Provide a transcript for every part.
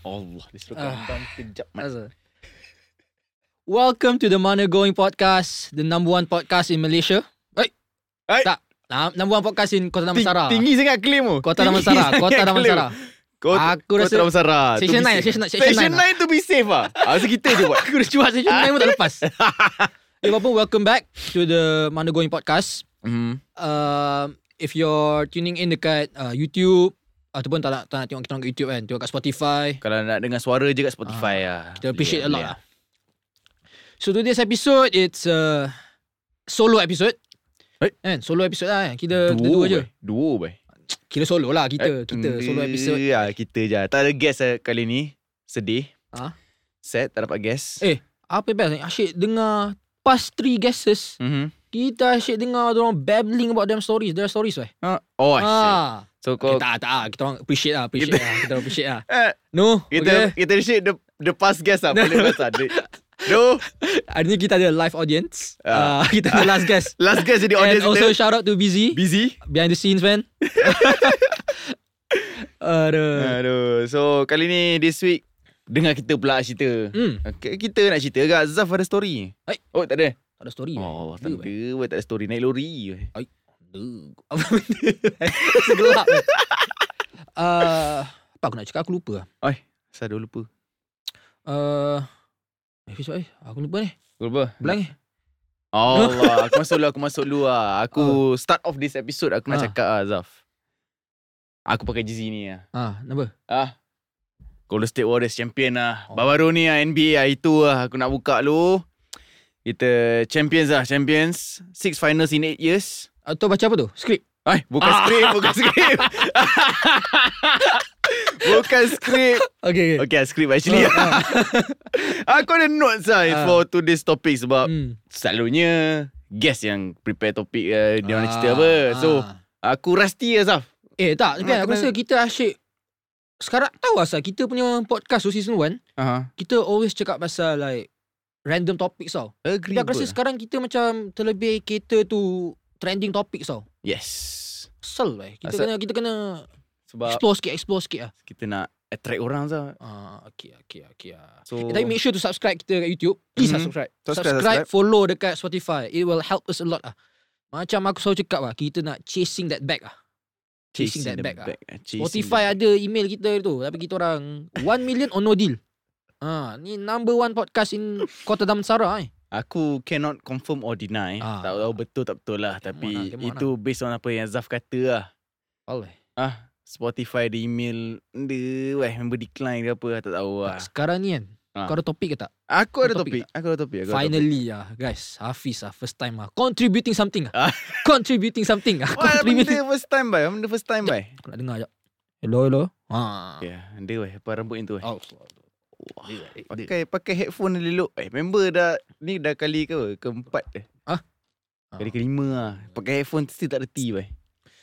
Allah, dia suruh Ah. kembang kejap. Mat. Azal. Welcome to the Mana Going Podcast, the number one podcast in Malaysia. Hey. Hey. Tak. Nah, number one podcast in Kota Ting- Damansara. Tinggi sangat claim tu. Kota Tinggi Damansara, sangat Kota claim. Damansara. Kota, Aku Kota rasa Damansara. To Section be nine, safe. section nine, section Section nine lah. 9 to be safe lah. Ah, so kita je buat. Aku dah cuba session 9 pun tak lepas. Eh, Bapak, welcome back to the Mana Going Podcast. Hmm. Um, if you're tuning in dekat uh, YouTube, ataupun tak nak, tak nak tengok kita orang kat YouTube kan, tengok kat Spotify, Kalau nak dengar suara je kat Spotify lah. Ah, Kita appreciate Boleh a lot lah. So today's episode It's a Solo episode Eh? Kan solo episode lah kan. Kita, kita Duo, dua je boy. Duo boy. Kira solo lah Eh, kita Kita solo eh, episode ah, kita je. Tak ada guest lah kali ni. Sedih. Ah? Set tak dapat guest. Eh. Apa best ni Asyik dengar Past three guesses Mhm. Kita asyik dengar Diorang babbling about them stories Their stories weh Ah. Oh, I see. ah. So kau Okay, tak tak ah. Kita orang appreciate lah Appreciate Kita- lah Kita orang appreciate lah Eh, No kita Okay kita shit the the past guest lah. Boleh best lah. The- No. Hari ni kita ada live audience Ah. uh, Kita ada last guest Last guest jadi And audience also kita. shout out to Busy Busy. Behind the scenes man Aduh Aduh. So kali ni this week dengar kita pula cerita. Hmm Okay, kita nak cerita agak Zaf ada story. Eh. Oh tak ada. Tak ada story Oh Ada, tak ada. weh. Tak ada story naik lori. weh. Duh. Apa benda Segelap eh. uh, Apa aku nak cakap Aku lupa lah. Saya dah lupa. uh, Eh Fiz, eh, Aku lupa ni Kau Lupa. Blank eh Allah, aku masuk dulu, aku masuk dulu lah. Aku start off this episode aku nak Ah. cakap ah Zaf. Aku pakai jersey ni ah. Ha kenapa Ah. Golden State Warriors champion lah. Oh. Baru-baru ni ah NBA ah itu lah aku nak buka dulu. Kita champions lah, champions. Six finals in eight years. Atau baca apa tu Skrip Ay, Ah. bukan skrip, bukan skrip. bukan skrip. Okay Okay, ah, skrip actually. aku ada notes lah Ah. for today's topic sebab hmm. selalunya guest yang prepare topik uh, dia orang nak cerita apa. Ah, So, aku rusty lah Zaf. Eh Ah, tak kan, kena- Aku rasa kita asyik Sekarang tahu asal Kita punya podcast tu season 1 Uh-huh. Kita always cakap pasal like Random topics tau Agree. Tapi aku rasa sekarang kita macam Terlebih cater to Trending topics tau Yes. Sel eh Kita Asal- kena Kita kena Sebab Explore sikit Explore sikit lah kita nak attract orang Zaf. Ah, okay, okay, okay. ah. So, Eh, tapi make sure to subscribe kita kat YouTube. Please Mhm. mm-hmm. subscribe. Subscribe, subscribe. subscribe. Subscribe, follow dekat Spotify. It will help us a lot ah. Macam aku selalu cakap lah, kita nak chasing that bag ah. Chasing, the that bag, ah. ah. Chasing Spotify the- ada email kita tu, tapi kita orang 1 million or no deal. Ha, ni number one podcast in Kota Damansara eh. Aku cannot confirm or deny. Ah. Tak tahu betul tak betul lah. Come on Tapi lah, come on itu based on apa yang Zaf kata lah. Alright. Ah, Spotify ada email dia weh member decline ke apa tak tahu lah. Sekarang ni kan, Ah. kau ada topik ke tak? Aku ada topik. topik Aku ada topik. Aku ada topik. Finally ah, guys. Hafiz ah, first time ah. Contributing something Ah. ah. Contributing something ah. Wah, benda Contributing. first time bai. Benda first time bai. Aku nak dengar jap. Hello, hello. Ha. Ya, dia weh apa rambut yang tu weh. Oh. Wah, Pakai pakai headphone dia elok. Eh, member dah ni dah kali ke keempat dah. Ah? Kali kelima lah. Pakai headphone still tak reti bai.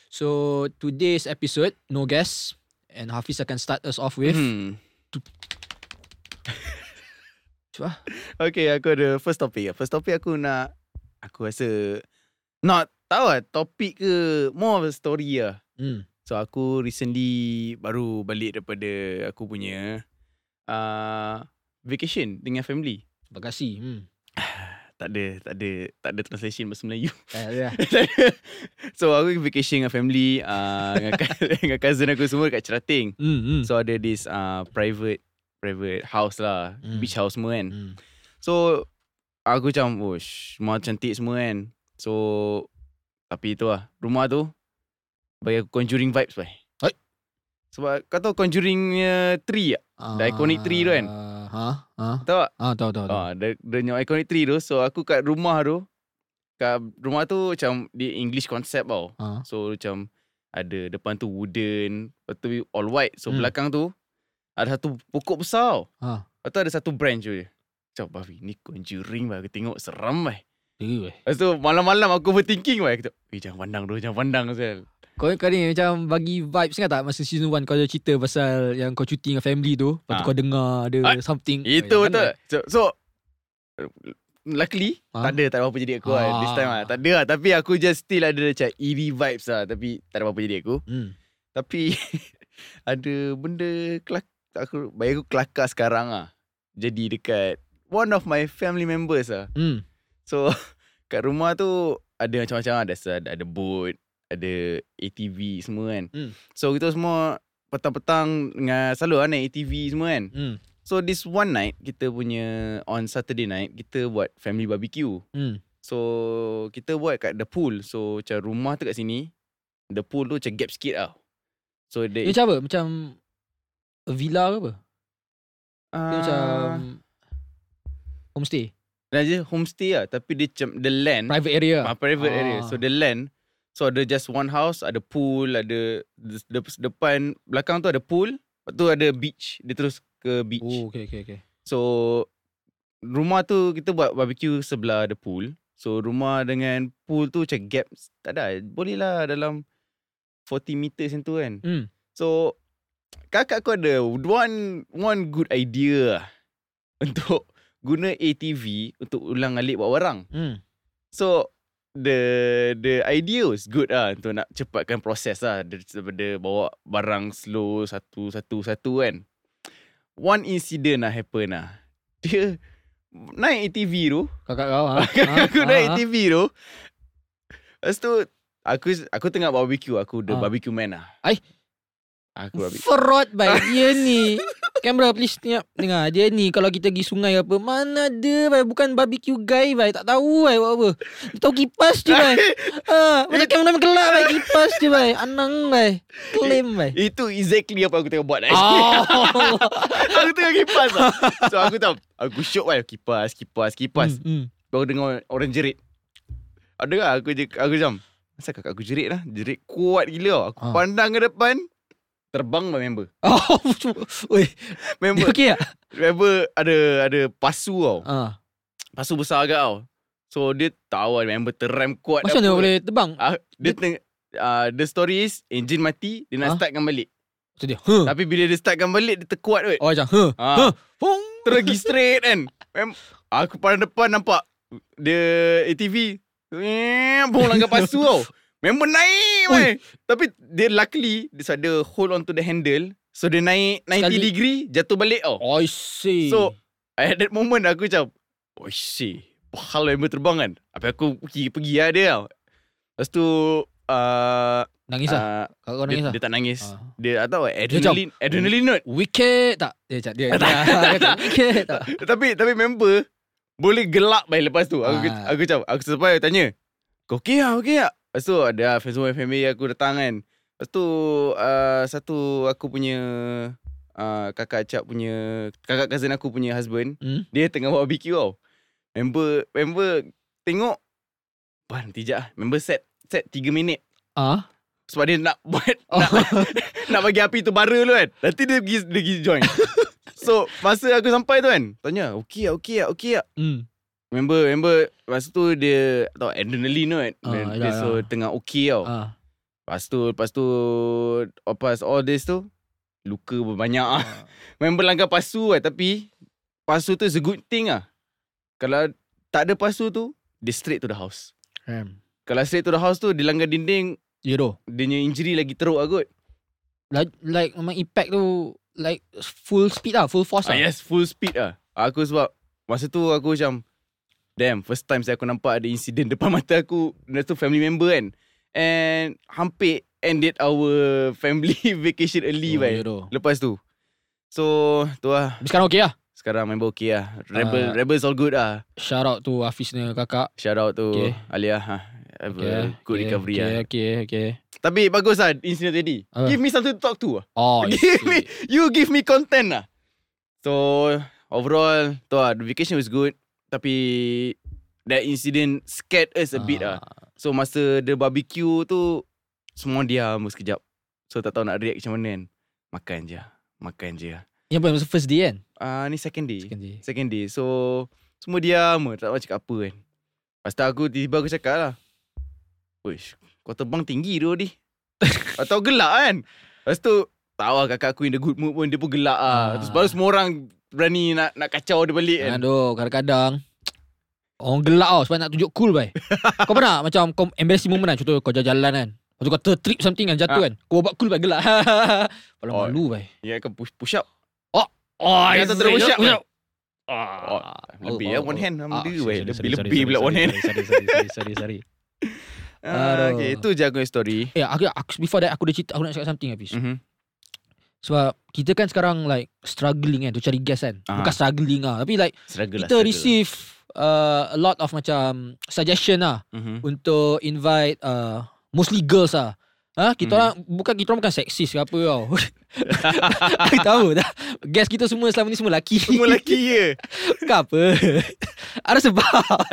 So today's episode, no guests, and Hafiz akan start us off with. Hmm. Cuba. Okay, aku ada first topic. First topic aku nak aku rasa not tahu lah topik ke more of a story lah. Hmm. So aku recently baru balik daripada aku punya uh, vacation dengan family. Terima kasih. Hmm. Tak ada tak ada tak ada translation bahasa Melayu. Eh, ya. yeah. so aku vacation dengan family uh, dengan, ka- dengan cousin aku semua dekat Cerating. Hmm. Hmm. So ada this uh, private private house lah, Hmm. beach house semua kan. Hmm. So aku macam Wush Rumah cantik semua kan So Tapi tu lah Rumah tu Bagi aku Conjuring vibes bhai Hai. Sebab kau tahu Conjuring uh, tree tak? The iconic tree tu kan? Ha. Ha. Tahu tak? Ah, tahu tahu. tahu. Ah, the, the new iconic tree tu So aku kat rumah tu Kat rumah tu macam Dia English concept tau Ah. So macam Ada depan tu wooden Lepas tu all white So Hmm. belakang tu Ada satu pokok besar tau Ha. Lepas tu ada satu branch je Macam Bafi ni conjuring bah Aku tengok seram bah Gila. eh. Lepas tu malam-malam aku overthinking weh. Aku cakap, eh jangan pandang tu, jangan pandang Oh, sel. Kau kau ni macam bagi vibes kan tak masa season 1 kau ada cerita pasal yang kau cuti dengan family tu, Ah. lepas tu kau dengar ada Ah, something. Itu Eh, betul. mana? So, so luckily Ha? tak ada tak ada apa jadi aku lah this time lah. Ah. Tak ada lah. tapi aku just still ada macam eerie vibes lah tapi tak ada apa jadi aku. Hmm. Tapi ada benda kelak aku bayi aku kelakar sekarang ah. Jadi dekat one of my family members ah. Hmm. So kat rumah tu ada macam-macam lah. ada se- ada boat, ada ATV semua kan. Hmm. So kita semua petang-petang dengan selalu lah naik ATV semua kan. Hmm. So this one night kita punya on Saturday night kita buat family barbecue. Hmm. So kita buat kat the pool. So macam rumah tu kat sini. The pool tu macam gap sikit lah. So Dia dia macam apa? Macam a villa ke apa? Dia macam homestay, Nah, dia homestay lah. Tapi dia macam the land. private area. Ah, private ah. area. Ah. So the land. So ada just one house, ada pool, ada de- de- depan belakang tu ada pool, lepas tu ada beach. Dia terus ke beach. Oh, okay, okay, okay. So rumah tu kita buat barbecue sebelah ada pool. So rumah dengan pool tu macam gap tak ada. Boleh lah dalam 40 meter macam tu kan. Hmm. So kakak aku ada one one good idea lah untuk guna ATV untuk ulang-alik bawa barang. Hmm. So the the idea was good ah untuk nak cepatkan proses lah dar- daripada bawa barang slow satu satu satu kan. One incident lah happen lah. Dia naik ATV tu, Kakak kau ha. aku Ha, naik ha, ha. ATV tu. Lepas tu aku aku tengah barbecue, aku the Ah. barbecue man lah. Ai. Aku barbecue. Fraud baik dia ni. Kamera please ni dengar dia ni kalau kita pergi sungai apa mana ada baik bukan barbecue guy baik tak tahu baik buat apa. Dia tahu kipas je baik. Ha, macam kamera memang gelap baik kipas je baik. Anang baik. Claim baik. Itu exactly apa aku tengah buat lah. Oh. aku tengah kipas lah. So aku tahu, aku syok lah kipas, kipas, kipas. Hmm, hmm. Baru dengar orang jerit Ada lah aku, je, aku macam Asal kakak aku jerit lah Jerit kuat gila tau Aku Ah. pandang ke depan Terbang my member Oh, oi, dia Member okey ah. tak? Member ada Ada pasu tau Ha. Pasu besar agak tau So dia tahu lah Member terrem kuat Macam mana boleh terbang? ah, Dia teng- ah, The story is Engine mati Dia nak Ah. Hmm. startkan balik Macam dia. Huh. Tapi bila dia startkan balik Dia terkuat kot Oh macam huh. Ah. Huh. Pung. Terus pergi straight kan Mem- Aku pandang depan nampak Dia ATV Pung langgar pasu tau Member naik Ui. weh. Tapi dia luckily Dia so ada hold on to the handle So dia naik 90 Sekali. degree Jatuh balik tau I see. So At that moment aku macam Oh shit Pahal member terbang kan Apa aku pergi, pergi lah dia tau Lepas tu uh, nangis lah. uh, Kalau kau nangis dia, lah. dia tak nangis Ah. Dia tak tahu Dia macam, "Oh." Adrenaline Adrenaline not Wicked tak? Dia cakap dia. dia- dia kata, Wicked tak? Tapi tapi member boleh gelak baik lepas tu. Aku Ah. aku macam aku sampai tanya, "Kau okey ah, okey ah?" Lepas tu ada semua family aku datang kan. Lepas tu uh, satu aku punya uh, kakak acap punya kakak cousin aku punya husband, Hmm. dia tengah buat barbecue tau. Member member tengok Pan tijak ah. Member set set 3 minit Ah. sebab dia nak buat Oh. nak, nak bagi api tu bara tu kan. Nanti dia pergi dia pergi join. so masa aku sampai tu kan, tanya, "Okey ah, okey ah, okey ah." Hmm. Member member masa tu dia tak tahu adrenaline tu kan. Ah, dia, yelah, dia so yelah. tengah okey tau. Ah. Lepas tu lepas tu lepas all this tu luka berbanyak ah. Member langgar pasu lah tapi pasu tu is a good thing ah. Kalau tak ada pasu tu, dia straight to the house. Ram. Kalau straight to the house tu dia langgar dinding, Yero. dia punya injury lagi teruk lah kot. Ya, Like, like memang impact tu like full speed lah, full force Ah, lah. yes, full speed lah. Aku sebab masa tu aku macam damn, first time saya aku nampak ada insiden depan mata aku. Lepas tu family member kan. And hampir ended our family vacation early Oh, baik. Yero. Lepas tu. So, tu lah. Tapi sekarang okey lah. Sekarang member okay lah. Rebel, Ah. Rebel's all good lah. Shout out to Hafiz ni kakak. Shout out to Okay. Alia. Ha. Have a good okay, recovery okay, Ah. lah. Okay, okay. Tapi bagus lah insiden tadi. Apa? Give me something to talk to lah. Oh, I give me, see. you give me content lah. So overall, tu lah, the vacation was good. Tapi that incident scared us a bit lah. Ah. So masa the barbecue tu, semua diam sekejap. So tak tahu nak react macam mana kan. Makan je, lah. makan je. Ni apa, masa first day kan? Ah uh, ni second day. Second day. Second day. So semua diam, tak tahu nak cakap apa kan. Lepas tu aku tiba-tiba aku cakap lah. Wish, kau terbang tinggi tu ni. Atau gelak kan. Lepas tu tak tahu lah kakak aku in the good mood pun dia pun gelak ah. Ah. Terus baru semua orang berani nak nak kacau dia balik kan. Aduh, kadang-kadang Orang gelak tau Sebab nak tunjuk cool bai Kau pernah macam Kau embarrassing moment kan Contoh kau jalan-jalan kan Lepas tu kau tertrip something kan Jatuh kan Kau buat cool bai gelak Kalau Ah. Oh. malu bai Ya kan push, push up. Oh, Yang atas terus push up. Ah. Oh, Lebih ya one hand Ah, Sama dia sorry, weh sorry, Lebih sorry, lebih sorry, pula sorry, one hand Sorry, sorry, sorry, sorry, sorry. Ah, Aduh. Okay itu je aku punya story Eh, aku, aku, before that aku dah cerita, aku nak cakap something Hafiz. Mhm. Sebab kita kan sekarang like struggling kan, tu cari gas kan. Ah. Bukan struggling lah, tapi like Struggle lah kita struggle. receive uh, a lot of macam suggestion lah Mhm. untuk invite uh, mostly girls lah. Ha, kita Mhm. orang bukan kita orang bukan seksis ke apa tau. Aku tahu dah. Guest kita semua selama ni semua lelaki. Semua lelaki je Bukan apa. Ada sebab.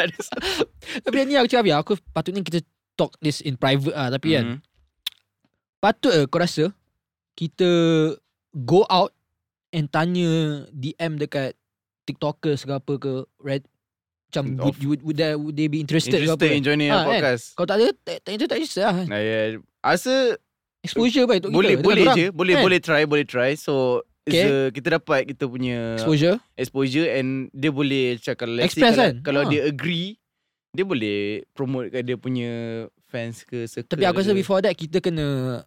Tapi yang ni aku cakap ya, aku patutnya kita talk this in private ah tapi kan. Mhm. Patut eh, kau rasa kita go out and tanya DM dekat TikTokers ke apa ke red macam Of- would, would, would, they, would they be interested, Interested in ke apa joining Ah, our kan? podcast kalau tak ada tak tak interested tak interested lah Nah, yeah. Rasa exposure baik untuk boleh kita dengan boleh dorang. je Boleh kan? boleh try Boleh try So it's Okay. a- Kita dapat kita punya exposure Exposure And dia boleh cakap let's say Express kalau, kan? Kalau Ah. dia agree Dia boleh promote kat dia punya Fans ke circle tapi aku rasa ke. before that kita kena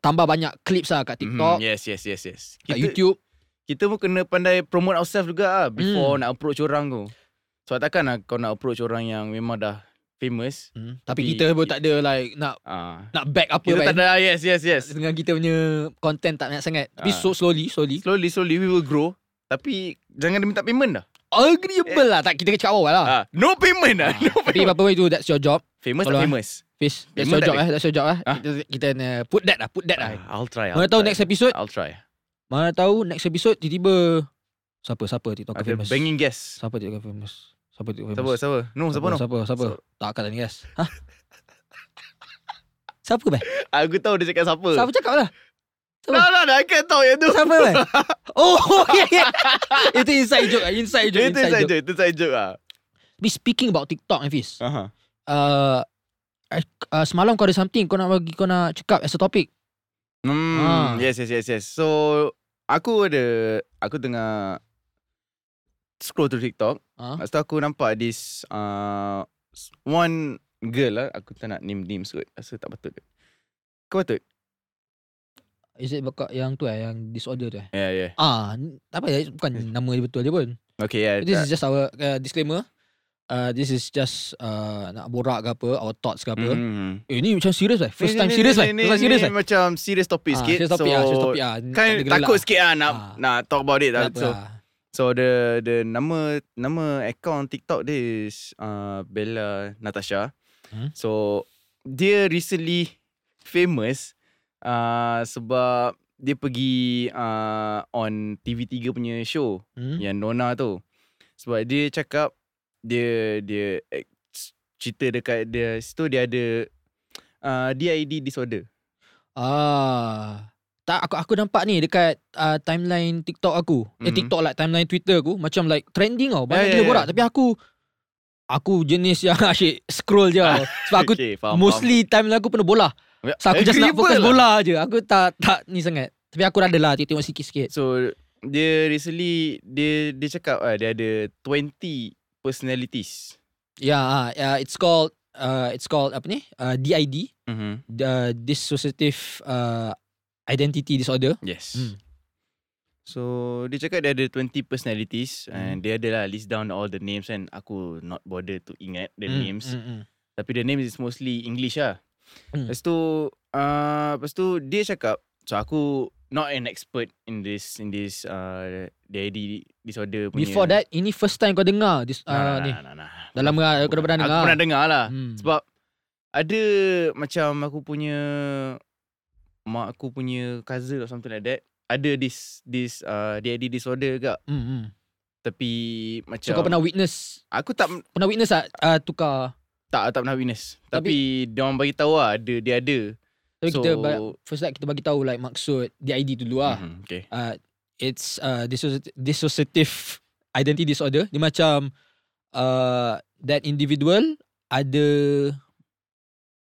tambah banyak clips lah kat Mhm, TikTok Yes yes yes yes kat Kita, YouTube kita pun kena pandai Promote ourselves juga lah Before Hmm. nak approach orang tu Sebab takkan lah Kau nak approach orang yang Memang dah famous Hmm, tapi Tapi- kita pun tak ada like nak Ah, nak back apa Kita baik. tak ada ah, Yes yes yes dengan kita punya content tak banyak sangat. Tapi Ah. so slowly, slowly. Slowly slowly we will grow Tapi Jangan dia minta payment dah Agreeable lah. Tak, kita cakap awal lah. ah, No payment dah no Tapi payment. apa pun itu, that's your job. Famous tak tolong, eh. famous Fiz, that's Memang your tak job ada. eh. That's your job eh. Ah. Kita, kita kena put that lah. Put that lah. Ah, I'll try I'll Mana tahu try. next episode. I'll try Mana tahu next episode tiba-tiba. Siapa, siapa TikToker Ada famous? banging guest Siapa TikToker famous? Siapa TikToker Siapa famous? siapa No siapa no Siapa, siapa? Tak akan tanya guys. Ha? Siapa bang? Aku tahu dia cakap siapa Siapa cakap lah? No no no I can't tahu yang tu Siapa bang? Oh, yeah, yeah. Itu inside joke. Inside joke. Itu Inside saya joke. joke Itu saya joke lah Tapi speaking about TikTok eh, Fiz. Aha. Uh, uh, semalam kau ada something kau nak bagi kau nak cakap as a topic. Hmm, Ah. Yes yes yes yes So Aku ada Aku tengah Scroll through TikTok Ah. Lepas tu aku nampak this uh, s- One girl lah Aku tak nak name names kot Rasa tak patut Kau patut? Is it bakal yang tu eh yang disorder tu eh? Yeah yeah Ah, n- tak apa eh, bukan nama dia betul dia pun. Okay yeah This is just our uh, disclaimer. Uh, this is just uh, nak borak ke apa, our thoughts ke apa. mm. Eh ni macam serious eh. First Ni- time ni- serious ni- eh. ni- First time ni- serious ni eh. Macam serious topic Ah, sikit serious topic so, ah, serious topic ah. Kan takut sikit lah nak, Ah. nak talk about it lah. Tak ah. So, So the the nama nama account TikTok dia is uh, Bella Natasha. Hmm. Hmm? So dia recently famous uh, sebab dia pergi uh, on TV3 punya show hmm? Hmm? yang Nona tu. Sebab dia cakap dia dia eh, cerita dekat dia situ dia ada uh, DID disorder. Ah. Tak aku aku nampak ni dekat uh, timeline TikTok aku. Eh Mhm. TikTok lah timeline Twitter aku macam like trending tau. Banyak Ya, ya, gila ya. borak tapi aku aku jenis yang asyik scroll je. tau. Sebab aku okay, Eh, faham, mostly timeline aku penuh bola. faham. So aku just nak Agreeable fokus lah. bola je. Aku tak tak ni sangat. Tapi aku ada lah tengok sikit-sikit. So dia recently dia dia cakap ah dia ada 20 personalities. Ya, yeah, yeah, it's called uh, it's called apa ni? Uh, DID, Mhm. uh, dissociative uh, identity disorder. Yes. Hmm. Mm. So dia cakap dia ada 20 personalities mm. Hmm. and dia ada lah list down all the names and aku not bother to ingat the mm. names. Mm. mm, Tapi the names is mostly English lah. Mm. Mm. Lepas tu uh, lepas tu dia cakap so aku not an expert in this in this uh DID disorder punya. Before that, ini first time kau dengar this, uh, nah, nah, ni. nah, nah, nah. Dah lama kau dah pernah dengar. Aku pernah dengar lah. Hmm. Sebab ada macam aku punya mak aku punya cousin or something like that ada this this uh, DID disorder juga Mm, mm. tapi So macam kau pernah witness aku tak Pernah witness tak uh, Tukar tak tak pernah witness tapi, Tapi- dia orang bagi tahu lah ada dia ada Tapi So- so, kita ba- First like kita bagi tahu Like maksud DID dulu lah Mhm, okay mm-hmm. uh, It's uh, dissoci- Dissociative Identity disorder Dia macam uh, That individual Ada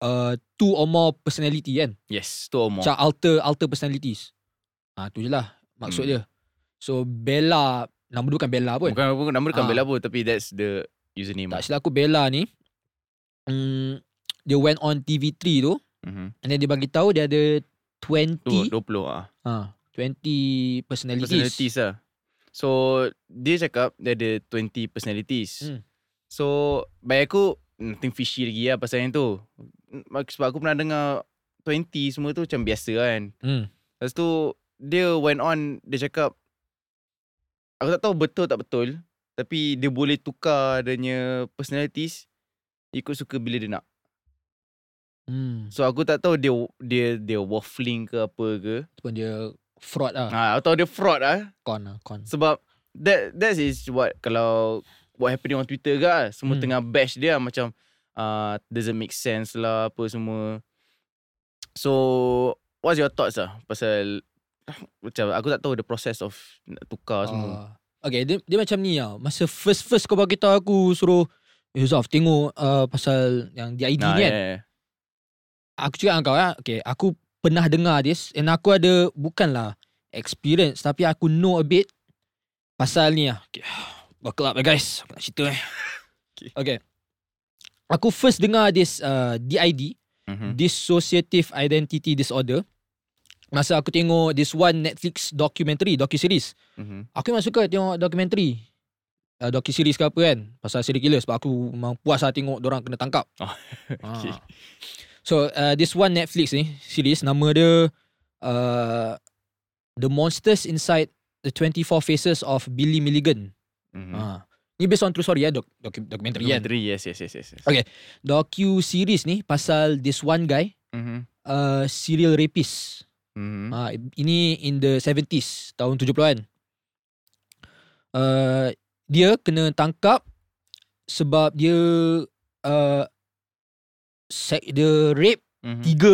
uh, Two or more personality kan yes tu or more Macam alter Alter personalities Ah tu je lah Maksud Hmm. dia So Bella Nama dia bukan Bella pun bukan apa nama dekat Ah. Bella pun tapi that's the username Tak silap aku Bella ni mm, Dia went on TV3 tu mm-hmm. And then dia bagi tahu dia ada tu 20 20 ah ha, 20 personalities. personalities lah. So dia cakap dia ada 20 personalities. Hmm. Hmm. So bagi aku nothing fishy lagi lah pasal yang tu. Sebab aku pernah dengar 20 semua tu macam biasa kan. Hmm. Lepas tu dia went on dia cakap aku tak tahu betul tak betul tapi dia boleh tukar adanya personalities ikut suka bila dia nak. Hmm. So aku tak tahu dia dia dia waffling ke apa ke. Tu pun dia fraud lah. Ha, aku tahu dia fraud ah. Con lah, con. Sebab that that is what kalau what happening on Twitter ke lah. Semua Hmm. hmm. tengah bash dia lah, macam uh, doesn't make sense lah apa semua. So what's your thoughts lah pasal macam aku tak tahu the process of nak tukar semua. Ah. Okay, dia, dia macam ni tau. Masa first-first kau bagi tahu aku suruh Eh Zaf tengok uh, pasal yang DID Nah, ya. ni kan. yeah, yeah. Aku cakap dengan kau lah. Okay, aku pernah dengar this and aku ada bukanlah experience tapi aku know a bit pasal ni lah. Okay. Buckle up lah guys. Aku nak cerita eh. Okay. Okay. okay. Aku first dengar this uh, DID, Mhm. Dissociative Identity Disorder. Masa aku tengok this one Netflix documentary, docu-series. Mhm. Aku memang suka tengok dokumentari uh, Doki-series ke apa kan Pasal serial killer Sebab aku memang puas lah tengok Diorang kena tangkap Oh, okay. Ah. So uh, this one Netflix ni Series Nama dia uh, The Monsters Inside The 24 Faces of Billy Milligan Mhm. hmm. ha. Ni based on true story ya dok, docu- Dokumentari kan Documentary, yes, yes, yes, yes. yes. Okay. Docu-series ni Pasal this one guy Mhm. uh, Serial rapist Mhm. Ah, ini in the 70s, tahun 70-an. Uh, dia kena tangkap sebab dia uh, sek, dia rape Mhm. tiga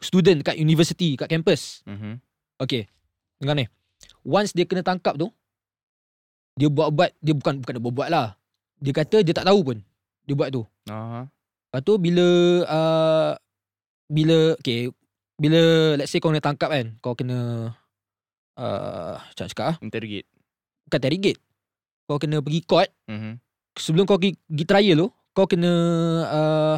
student kat university, kat kampus. Mhm. Okay, dengar ni. Once dia kena tangkap tu, dia buat-buat, dia bukan bukan dia buat-buat lah. Dia kata dia tak tahu pun dia buat tu. Aha. Lepas tu bila uh, bila okay, bila let's say kau kena tangkap kan, kau kena uh, macam nak cakap ah, Interrogate. bukan interrogate. Kau kena pergi court, Mhm. sebelum kau pergi, pergi trial tu, kau kena uh,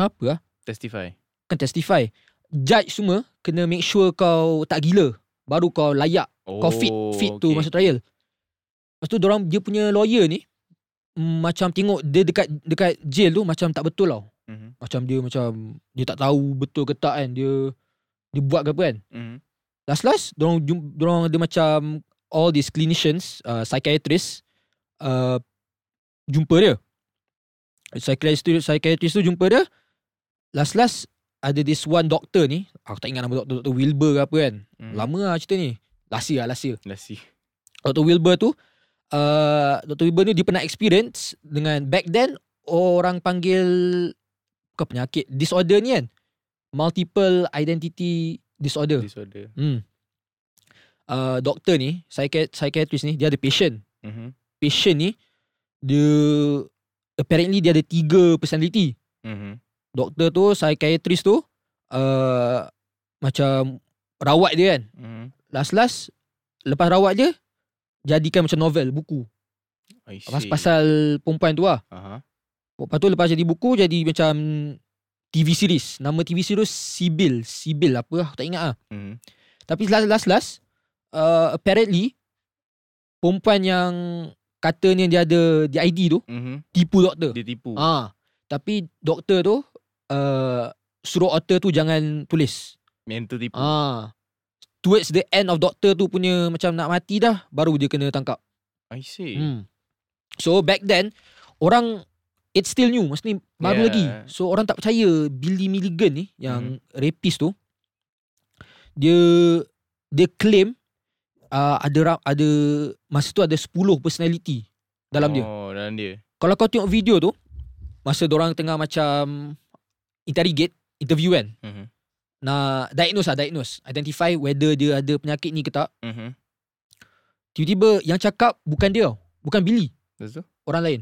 apa ah, Testify. kan testify. Judge semua kena make sure kau tak gila baru kau layak Oh, Kau fit fit tu masa trial. Lepas tu dorang dia punya lawyer ni mm, macam tengok dia dekat dekat jail tu macam tak betul tau. Mhm. Macam dia macam dia tak tahu betul ke tak kan dia dia buat ke apa kan. Mhm. Last last dorang jum- dorang ada macam all these clinicians, uh, psychiatrist uh, jumpa dia. Psychiatrist tu, psychiatrist tu jumpa dia. Last last ada this one doctor ni, aku tak ingat nama doktor, doktor Wilbur ke apa kan. Mhm. Lama lah cerita ni. Last year lah, last year. Lasi. Dr. Wilbur tu uh, Dr. Wilbur ni dia pernah experience dengan back then orang panggil bukan penyakit disorder ni kan multiple identity disorder Disorder. hmm. uh, doktor ni psychiat- psychiatrist ni dia ada patient Mhm. patient ni dia apparently dia ada tiga personality Mhm. doktor tu psychiatrist tu uh, macam rawat dia kan Mhm. last-last lepas rawat dia jadikan macam novel buku I Pas see. Uh-huh. pasal perempuan tu lah. Aha. Lepas tu lepas jadi buku jadi macam TV series. Nama TV series Sibyl. Sibyl apa aku tak ingat ah. Mhm. Tapi last last last uh, apparently perempuan yang katanya dia ada di ID tu Mhm. tipu doktor. Dia tipu. Ah, tapi doktor tu uh, suruh author tu jangan tulis. Yang tu tipu. Ah. Towards the end of doktor tu punya macam nak mati dah baru dia kena tangkap. I see. Hmm. So back then orang it's still new mesti baru Yeah. Hmm. lagi. So orang tak percaya Billy Milligan ni yang rapist tu dia dia claim uh, ada ra- ada masa tu ada 10 personality dalam oh, dia. Oh, dalam dia. Kalau kau tengok video tu masa orang tengah macam interrogate interview kan Mhm. nak diagnose lah diagnose identify whether dia ada penyakit ni ke tak Mhm. tiba-tiba yang cakap bukan dia tau. bukan Billy Lepas tu? orang lain.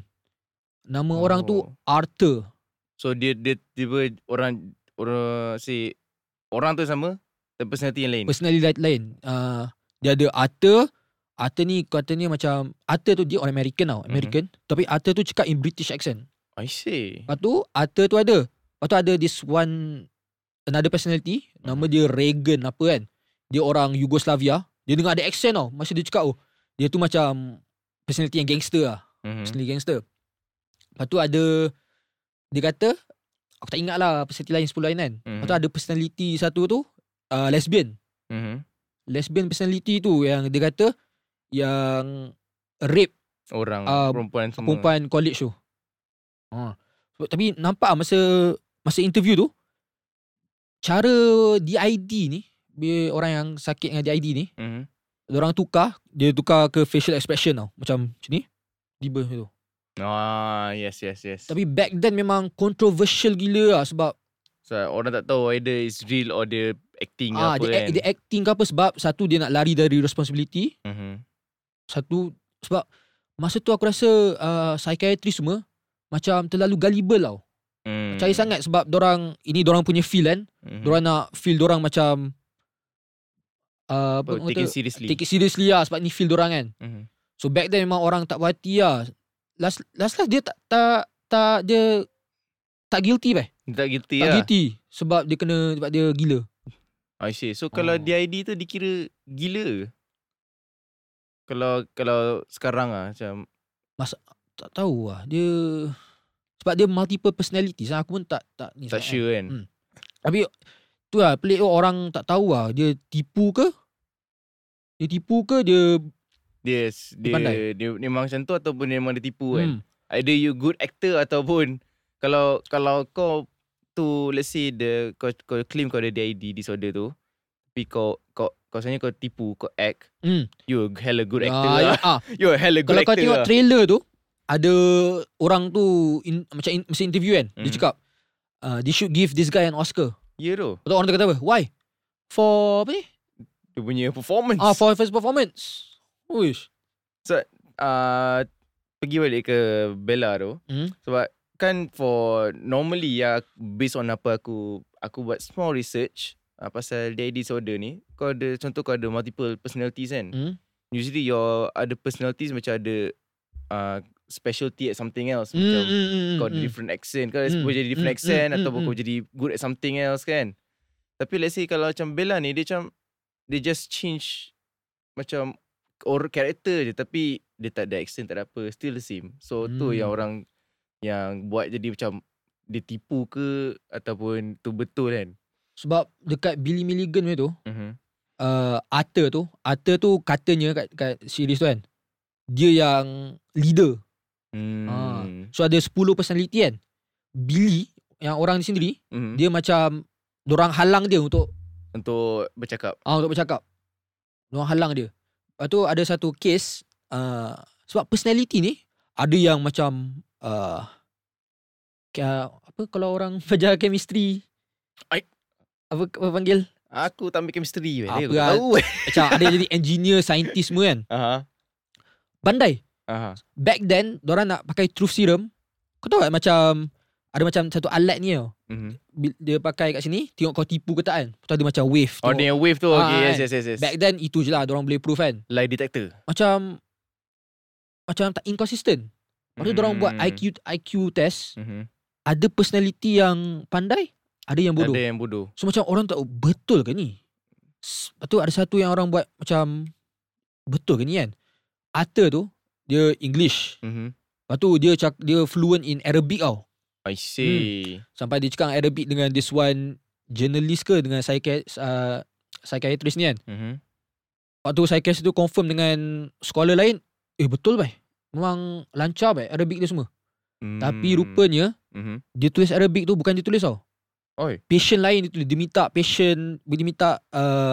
Nama oh. orang tu Oh. Arthur. So dia dia tiba orang orang si orang tu sama tapi personality yang lain. Personality lain. lain. Uh, dia ada Arthur. Arthur ni katanya macam Arthur tu dia orang American tau. American. Tapi Arthur tu cakap in British accent. I see. Lepas tu Arthur tu ada. Lepas tu ada this one another personality. Nama dia Reagan apa kan. Dia orang Yugoslavia Dia dengar ada accent tau Masa dia cakap oh Dia tu macam Personality yang gangster lah Mhm. Personality gangster Lepas tu ada Dia kata Aku tak ingat lah Personality lain 10 lain kan Mm-hmm. Lepas tu ada personality satu tu uh, Lesbian Mhm. Lesbian personality tu Yang dia kata Yang Rape Orang Ah, perempuan semua. perempuan college tu. Ha. Sebab- Tapi nampak ah masa masa interview tu cara DID ni bila orang yang sakit dengan DID ni Mhm. orang tukar dia tukar ke facial expression tau macam sini tiba macam tu. Ah, yes yes yes. Tapi Tapi back then memang controversial gila lah sebab so, orang tak tahu whether it's real or dia acting ah ke apa dia, kan. act- dia acting ke apa sebab satu dia nak lari dari responsibility Mhm. Satu Sebab Masa tu aku rasa uh, Psychiatrist semua Macam terlalu gullible tau Mm. Percaya sangat sebab dorang Ini dorang punya feel kan Mhm. Dorang nak feel dorang macam uh, apa Oh, orang take it kata, seriously. take it seriously lah Sebab ni feel dorang kan Mhm. So back then memang orang tak puas hati lah Last last, last dia tak tak, tak Dia tak guilty beh. Dia Tak guilty Tak lah. guilty sebab dia kena sebab dia gila. I see. So kalau Oh. DID tu dikira gila ke? Kalau kalau sekarang ah macam Tak tahu lah dia sebab dia multiple personalities lah. aku pun tak tak ni tak sangat kan. sure kan. Mm. Tapi tu lah pelik tu orang tak tahu lah dia tipu ke? Dia tipu ke dia Dia s- dia, pandai. dia, dia memang macam tu ataupun dia memang dia tipu kan. hmm, Either you good actor ataupun kalau kalau kau tu let's say the kau, kau claim kau ada DID disorder tu tapi kau kau kau sebenarnya kau tipu kau act hmm. you a hella good Ah, actor ya, lah. ah, You a hella good kalau kau actor. tengok lah. trailer tu ada orang tu in, macam in, masa interview kan dia Mhm. cakap uh, they should give this guy an Oscar. Ya tu. Lepas tu orang tu kata apa? Why? For apa ni? Dia punya performance. Ah for first performance. Uish. Ah, pergi balik ke Bella tu. Hmm. Sebab kan for normally ya based on apa aku aku buat small research uh, pasal DID disorder ni. Kau ada contoh kau ada multiple personalities kan. Hmm. Usually your ada personalities macam ada uh, specialty at something else Mm, macam mm, mm, mm, kau ada mm. different accent kau Mm, boleh jadi different mm, accent mm, mm, atau kau mm. jadi good at something else kan tapi let's say kalau macam Bella ni dia macam dia just change macam or character je tapi dia tak ada accent tak ada apa still the same so tu Hmm. yang orang yang buat jadi macam dia tipu ke ataupun tu betul kan Sebab dekat Billy Milligan punya tu mm-hmm. uh, Arthur tu Arthur tu katanya kat, kat series tu kan Dia yang leader hmm. Ah. So ada 10 personality kan Billy Yang orang di sendiri Mhm. Dia macam Diorang halang dia untuk untuk bercakap ah, Untuk bercakap Diorang halang dia Lepas tu ada satu case uh, Sebab personality ni Ada yang macam uh, uh, Apa kalau orang Belajar chemistry Ai. apa, apa panggil aku tambah chemistry weh Apa aku tak hal? tahu Macam ada yang jadi engineer Scientist semua kan aha Pandai aha back then orang nak pakai truth serum kau tahu tak macam ada macam satu alat ni tau mm-hmm. Bil- dia pakai kat sini tengok kau tipu ke tak kan tu ada macam wave oh tengok. dia yang wave tu Ah, okay yes kan. yes yes, yes. back then itu je lah orang boleh prove kan lie detector macam macam tak inconsistent Lepas tu orang buat Mm. IQ IQ test mm-hmm. ada personality yang pandai ada yang bodoh Ada yang bodoh. so macam orang tak tahu betul ke ni S- lepas tu ada satu yang orang buat macam betul ke ni kan Arthur tu dia English Mm-hmm. lepas tu dia cak- dia fluent in Arabic tau I see. Sampai dia cakap Arabic dengan this one journalist ke dengan psychiatrist, uh, psychiatrist ni kan. Mm-hmm. Lepas tu psychiatrist tu confirm dengan scholar lain. Eh betul bai. Memang lancar bai Arabic dia semua. Mm-hmm. Tapi rupanya Mm-hmm. dia tulis Arabic tu bukan dia tulis tau. Oi. Patient lain dia tulis. Dia minta patient, dia minta uh,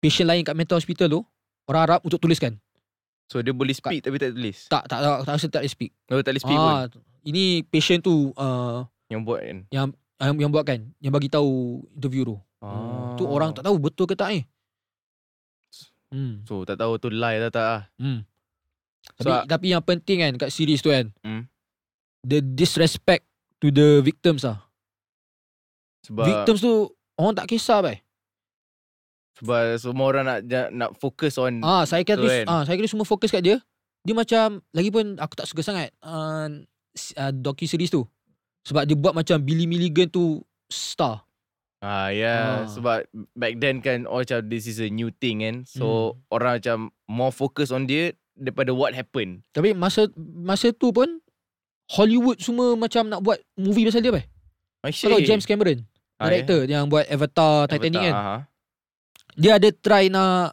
patient lain kat mental hospital tu. Orang Arab untuk tuliskan. So dia boleh speak tapi tak tulis. Tak, tak, tak, tak rasa tak boleh speak. Ah, Oh, tak boleh speak pun. ini patient tu uh, Yang buat kan. yang, yang buatkan. Yang bagi tahu interview tu. Ah. Tu orang tak tahu betul ke tak ni. Hmm. So tak tahu tu lie tak tak ah. Hmm. Tapi, So, ah- tapi yang penting kan kat series tu kan. Hmm. The disrespect to the victims lah. Sebab Victims tu orang tak kisah bai. sebab semua orang nak ja- nak fokus on Ah, saya kira tu kan. ah, saya kira semua fokus kat dia. Dia macam lagipun aku tak suka sangat uh, uh, docu series tu. Sebab dia buat macam Billy Milligan tu star. Ah yeah, ah. Ah. sebab back then kan all macam this is a new thing kan. So hmm. orang macam more focus on dia daripada what happened. Tapi masa masa tu pun Hollywood semua macam nak buat movie pasal dia apa? Actually, Kalau James Cameron, Ah, ya. director yang buat Avatar, Titanic kan. Aha. Dia ada try nak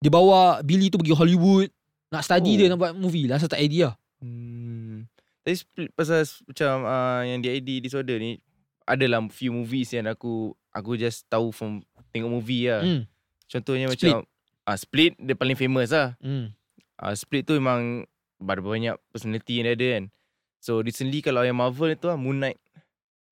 dia bawa Billy tu pergi Hollywood, nak Oh. study dia nak buat movie. Last tak idea. Hmm. Tapi sp- pasal s- macam uh, yang DID disorder ni adalah few movies yang aku aku just tahu from tengok movie lah. Hmm. Hmm. Contohnya Split. macam ah uh, Split dia paling famous lah. Hmm. uh, Split tu memang Ada banyak personality yang dia ada kan So recently kalau yang Marvel tu lah Moon Knight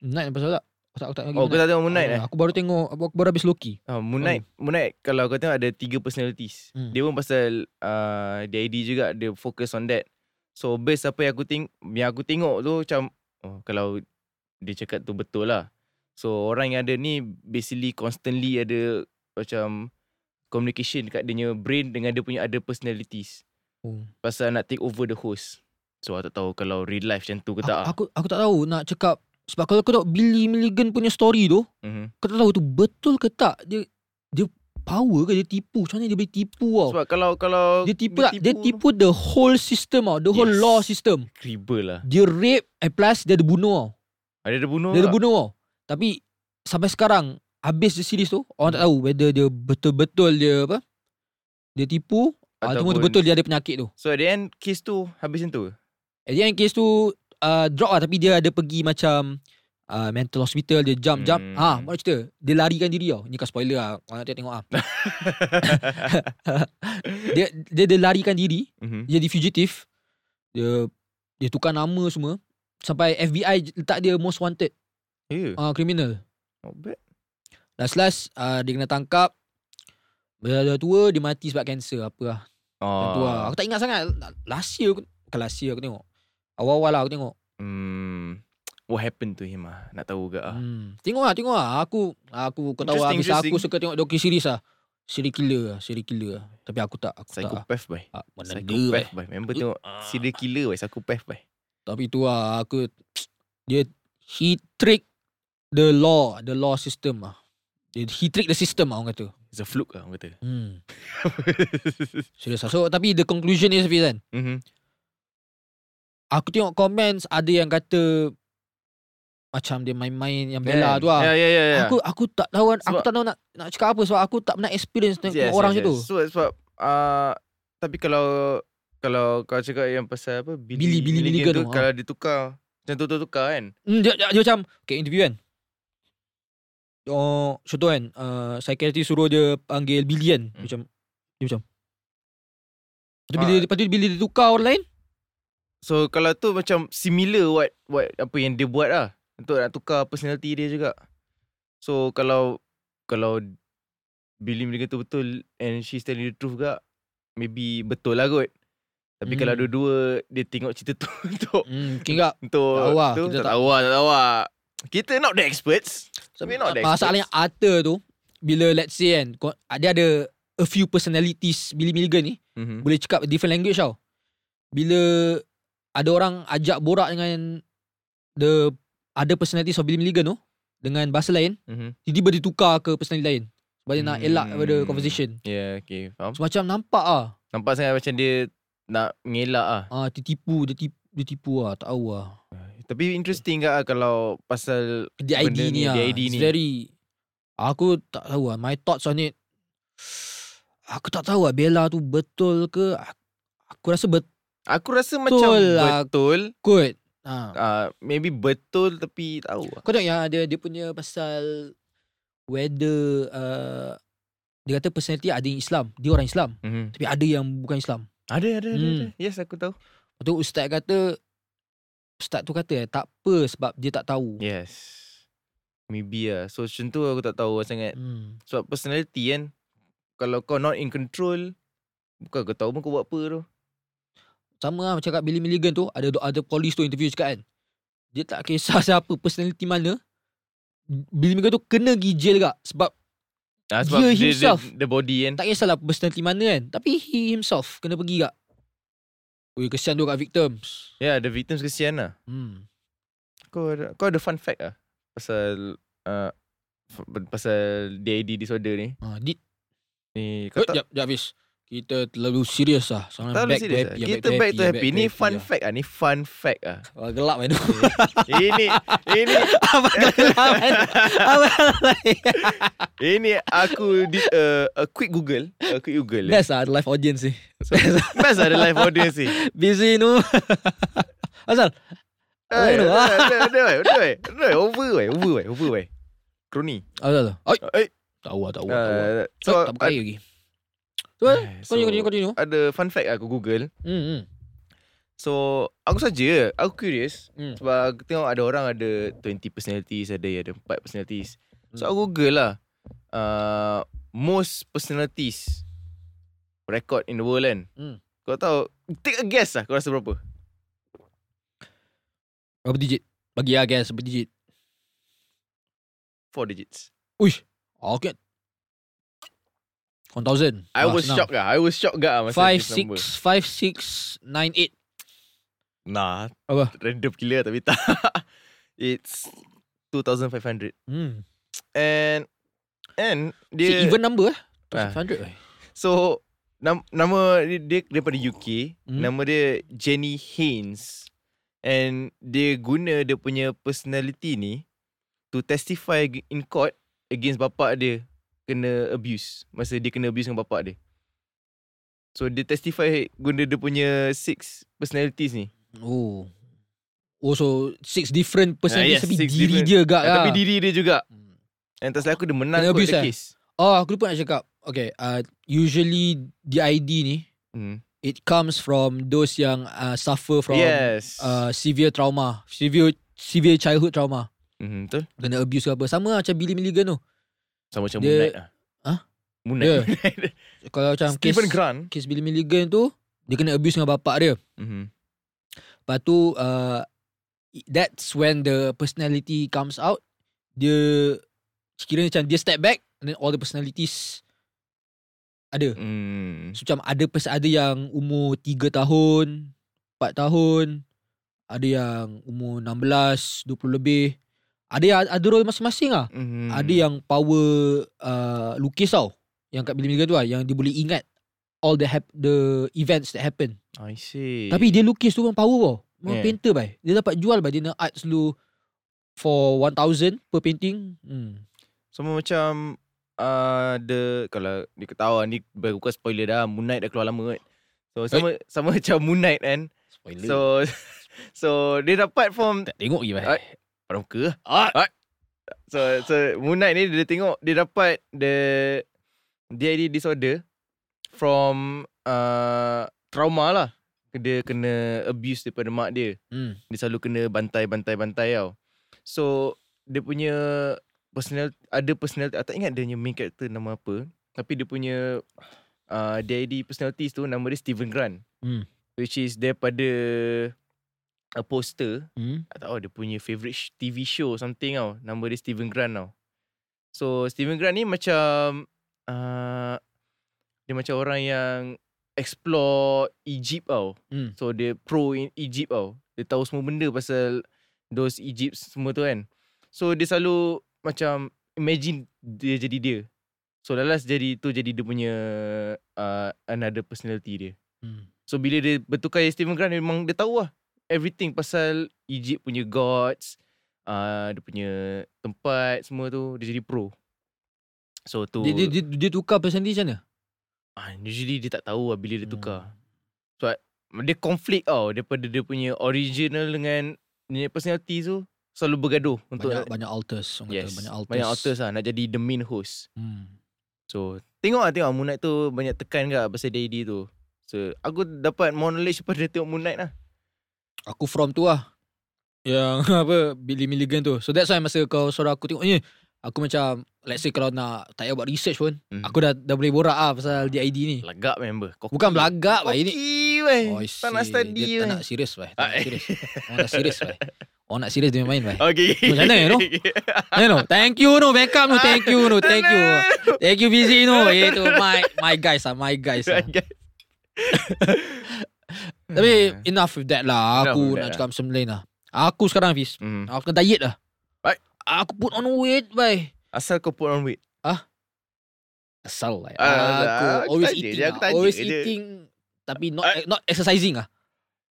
Night pasal tak? Aku tak aku tak Oh kau tak tengok Moon Knight eh Aku baru tengok aku, aku baru habis Loki. uh, Moon Knight Moon Knight kalau kau tengok ada tiga personalities Hmm. Dia pun pasal uh, DID juga Dia focus on that So based apa yang aku tengok Yang aku tengok tu macam oh, Kalau dia cakap tu betul lah So orang yang ada ni Basically constantly ada Macam Communication dekat dia punya brain Dengan dia punya other personalities Oh. Pasal nak take over the host So aku tak tahu kalau real life macam tu ke tak Aku, aku aku tak tahu nak cakap sebab kalau kau tengok Billy Milligan punya story tu, mm-hmm. kau tak tahu tu betul ke tak? Dia dia power ke dia tipu? Macam mana dia boleh tipu tau? Sebab kalau kalau Dia tipu, tak? Dia tipu the whole system tau. The whole Yes. law system. Kriba lah Dia rape and plus dia ada bunuh tau. Ada dia bunuh Dia ada tak? bunuh tau. Tapi sampai sekarang habis je series tu orang tak tahu whether dia betul-betul dia apa? Dia tipu atau Ataupun- betul-betul dia ada penyakit tu. So at the end Kes tu habis macam tu At the end case tu uh, drop lah tapi dia ada pergi macam uh, mental hospital dia jump jump. Hmm. Ah, buat cerita. Dia larikan diri tau. Ni kan spoiler lah. Orang nak tengok ah. dia, dia dia larikan diri. mm-hmm. Dia jadi fugitive. Dia dia tukar nama semua sampai FBI letak dia most wanted yeah. uh, criminal. Ya. Not bad Last last uh, dia kena tangkap. Bila dah tua dia mati sebab kanser apa lah. Macam Oh, tu lah. Aku tak ingat sangat. Last year aku- bukan last year aku tengok. Awal-awal lah aku tengok. Hmm. What happened to him ah? Nak tahu ke ah? Hmm. Tengok lah, tengok lah. Aku, aku kau tahu lah, Interesting, habis aku interesting. suka tengok docu series lah. Serial killer lah, serial killer lah. Tapi aku tak, aku tak. lah. Psychopath boy. Ah, mana dia, Psychopath boy. Member Eh, tengok ah. serial killer boy, psychopath boy. Tapi tu lah, aku, dia, he trick the law, the law system lah. Dia, he trick the system lah orang kata. It's a fluke lah orang kata. Hmm. Serius lah. So, tapi the conclusion is, Hafiz kan, mm-hmm. aku tengok comments ada yang kata, macam dia main-main yang bela tu lah. Ya ya ya ya. Aku aku tak tahu aku Sebab- tak tahu nak nak cakap apa sebab aku tak pernah experience tengok Yes, orang yes, macam tu. yes. Sebab sebab ah, tapi kalau kalau kau cakap yang pasal apa Billy- Billy Billy Milligan Milligan tu, tu, ah. kalau ditukar macam tu tu tukar kan. Hmm, dia, dia, dia macam Okay interview kan Oh Contoh kan uh, Psychiatrist suruh dia Panggil Billy kan hmm. Hmm. Ah. Macam Dia macam Lepas tu, bila, lepas tu bila dia tukar orang lain So kalau tu macam similar what what apa yang dia buat lah untuk nak tukar personality dia juga. So kalau kalau Billy Milligan tu betul and she's telling the truth juga maybe betul lah kot. Tapi Hmm. kalau dua-dua dia tengok cerita tu untuk hmm, Kira untuk Tak tahu lah, tu, kita tak tak- tahu lah, tak tahu lah. Kita not the experts. Tapi We're not the Masalahnya Arthur tu Bila let's say kan kau- Dia ada A few personalities Billy Milligan ni Mm-hmm. Boleh cakap different language tau Bila Ada orang ajak borak dengan The Ada personalities of Billy Milligan tu Dengan bahasa lain Mm-hmm. Tiba-tiba dia tukar ke personality lain Sebab dia nak Hmm. elak daripada conversation Yeah, Ya, okay, faham. So macam nampak ah Nampak sangat macam dia nak ngelak ah. ah Dia tipu Dia tipu, dia tipu ah Tak tahu ah Tapi interesting ke ah kalau pasal Dia Benda ID ni, ni ah dia ID It's ni. very Aku tak tahu ah My thoughts on it Aku tak tahu ah Bella tu betul ke Ak- Aku rasa aku rasa macam lah. betul betul ha. uh, maybe betul tapi tahu lah. Kau tengok yang ada Dia punya pasal Whether uh, Dia kata personality ada yang Islam Dia orang Islam Mm-hmm. Tapi ada yang bukan Islam Ada, ada, ada, Hmm. ada. Yes, aku tahu. Lepas tu ustaz kata Ustaz tu kata eh, tak apa sebab dia tak tahu. Yes. Maybe lah. So, macam tu aku tak tahu sangat. Hmm. Sebab personality kan, kalau kau not in control, bukan kau tahu pun kau buat apa tu. Sama lah macam kat Billy Milligan tu ada ada polis tu interview cakap kan. Dia tak kisah siapa personality mana. Billy Milligan tu kena pergi jail juga sebab Ah, Dia Ya, himself. The, the body kan. tak kisahlah personality mana kan. Tapi he himself kena pergi juga. Ui kesian tu kat victims. Ya, yeah, the victims kesian lah. Hmm. Kau ada, kau ada fun fact lah. Pasal uh, ah, f- pasal DID disorder ni. Ha, di, Ni kau eh, tak jap, jap Fiz. Kita terlalu serius lah. tak Sangat back, back serius. to ah. happy, Kita back to happy. Ni fun lah. fact ah, ni fun fact ah. Wah, gelap man. ini ini Abang gelap man. Abang ini aku di, uh, a quick Google, a quick Google. eh. Best lah live audience ni. So, best ada live audience ni. Busy nu. Asal? Oi, Aduh. oi, oi, oi, oi, over weh, over weh, over weh. Kroni. Asal tu? Oi, Eh, tak tahu lah, tak tahu lah, tak tahu lah. uh, So, so, tak buka uh, air lagi. Tu eh, so continue, continue, continue. ada fun fact aku Google. Hmm, hmm. So aku saja aku curious Hmm. hmm. sebab aku tengok ada orang ada 20 personalities ada yang ada 4 personalities. So Hmm. aku google lah uh, most personalities record in the world kan. Hmm. Kau tahu take a guess lah kau rasa berapa? Berapa digit? Bagi lah guys, berapa digit? 4 digits. Uish. Okay. 1000. I was shocked lah. I was shocked gak ah masa this number. 565698. Nah, Apa? random gila tapi tak. It's 2500 Hmm. and and Yeah. dia even number eh. Ah. 2500. eh. So nam, nama dia, dia daripada UK. Hmm? Hmm. Nama dia Jenny Haynes. And dia guna dia punya personality ni to testify ag- in court against bapak dia kena abuse. Masa dia kena abuse dengan bapak dia. So dia testify guna dia punya six personalities ni. Oh. Oh so six different person Ah, yeah, yes, tapi six diri different. dia agak Ah. lah. Tapi diri dia juga. Hmm. And tak salah aku dia menang Kena kot abuse the eh? case. Oh aku lupa nak cakap. Okay, uh, usually DID ni Hmm. it comes from those yang uh, suffer from yes. uh, severe trauma, severe severe childhood trauma. Mhm, betul. Kena abuse ke apa. Sama lah macam Billy Milligan tu. Sama macam dia- Moon Knight lah. Hah? Moon Yeah. Knight. Kalau macam Stephen kes, Grant. kes Billy Milligan tu, dia kena abuse dengan bapak dia. Mhm. Lepas tu, uh, that's when the personality comes out. Dia, sekiranya macam dia step back and then all the personalities ada. Hmm. So macam ada pers- ada yang umur 3 tahun, 4 tahun, ada yang umur 16, 20 lebih. Ada yang ada role masing-masing lah. Mm. Ada yang power uh, lukis tau. Yang kat Billy Milligan tu lah. Yang dia boleh ingat all the hap- the events that happen. I see. Tapi dia lukis tu memang power tau. Memang yeah. Yeah. painter bai. Dia dapat jual bai. Dia nak art selalu for 1000 per painting. Hmm. Sama macam uh, the kalau ni ketawa ni bukan spoiler dah Moon Knight dah keluar lama kan. Eh? So sama sama macam Moon Knight kan. Spoiler. So, So so dia dapat from tak tengok lagi bai. Ah, pada muka. Ah. Ah. So so Moon Knight ni dia tengok dia dapat the DID disorder from uh, trauma lah. Dia kena abuse daripada mak dia. Hmm. Dia selalu kena bantai-bantai-bantai tau. So dia punya personal ada personality aku tak ingat dia punya main character nama apa tapi dia punya uh, DID personalities tu nama dia Steven Grant. Hmm. Which is daripada a poster Hmm. tak tahu dia punya favourite sh- TV show something tau. Nama dia Steven Grant tau. So Steven Grant ni macam uh, dia macam orang yang explore Egypt tau. Hmm. So dia pro in Egypt tau. Dia tahu semua benda pasal those Egypt semua tu kan. So dia selalu macam imagine dia jadi dia. So lalas jadi tu jadi dia punya uh, another personality dia. Hmm. So bila dia bertukar dengan Stephen Grant dia memang dia tahu lah everything pasal Egypt punya gods, uh, dia punya tempat semua tu dia jadi pro. So tu Dia, dia, dia, dia tukar percentage macam mana? ah, usually dia tak tahu lah bila dia tukar. Hmm. Dia konflik tau daripada dia punya original dengan dia punya personality tu selalu bergaduh untuk Banyak, banyak alters. orang kata. yes, Banyak alters. banyak alters lah nak jadi the main host. Hmm. So tengok lah tengok Moon Knight tu banyak tekan ke pasal DD tu. So aku dapat more knowledge daripada tengok Moon Knight lah. Aku from tu lah Yang apa Billy Milligan tu So that's why masa kau suruh aku tengok ni Aku macam Let's say kalau nak Tak payah buat research pun Hmm. Aku dah dah boleh borak ah Pasal DID ni Lagak member. Kau Bukan belagak lah ini Koki weh. Oh, Eh, tak nak see. study Dia tak weh. nak serius weh Tak nak Ah, eh. serius Orang tak serius weh Orang nak serius dia main weh Okay. Macam mana, you know? No no Thank you no Backup no Thank you no Thank you Thank you busy no Eh tu my My guys lah My guys lah Tapi enough with that lah Enough Aku with that nak lah. cakap macam lain lah Aku sekarang Fiz Hmm. Aku kena diet lah Baik. Aku put on weight bye Asal kau put on weight Asal Ah, lah. aku ah, aku always tanya eating. je, aku ah. tanya always je. eating tapi not Ah. not exercising ah.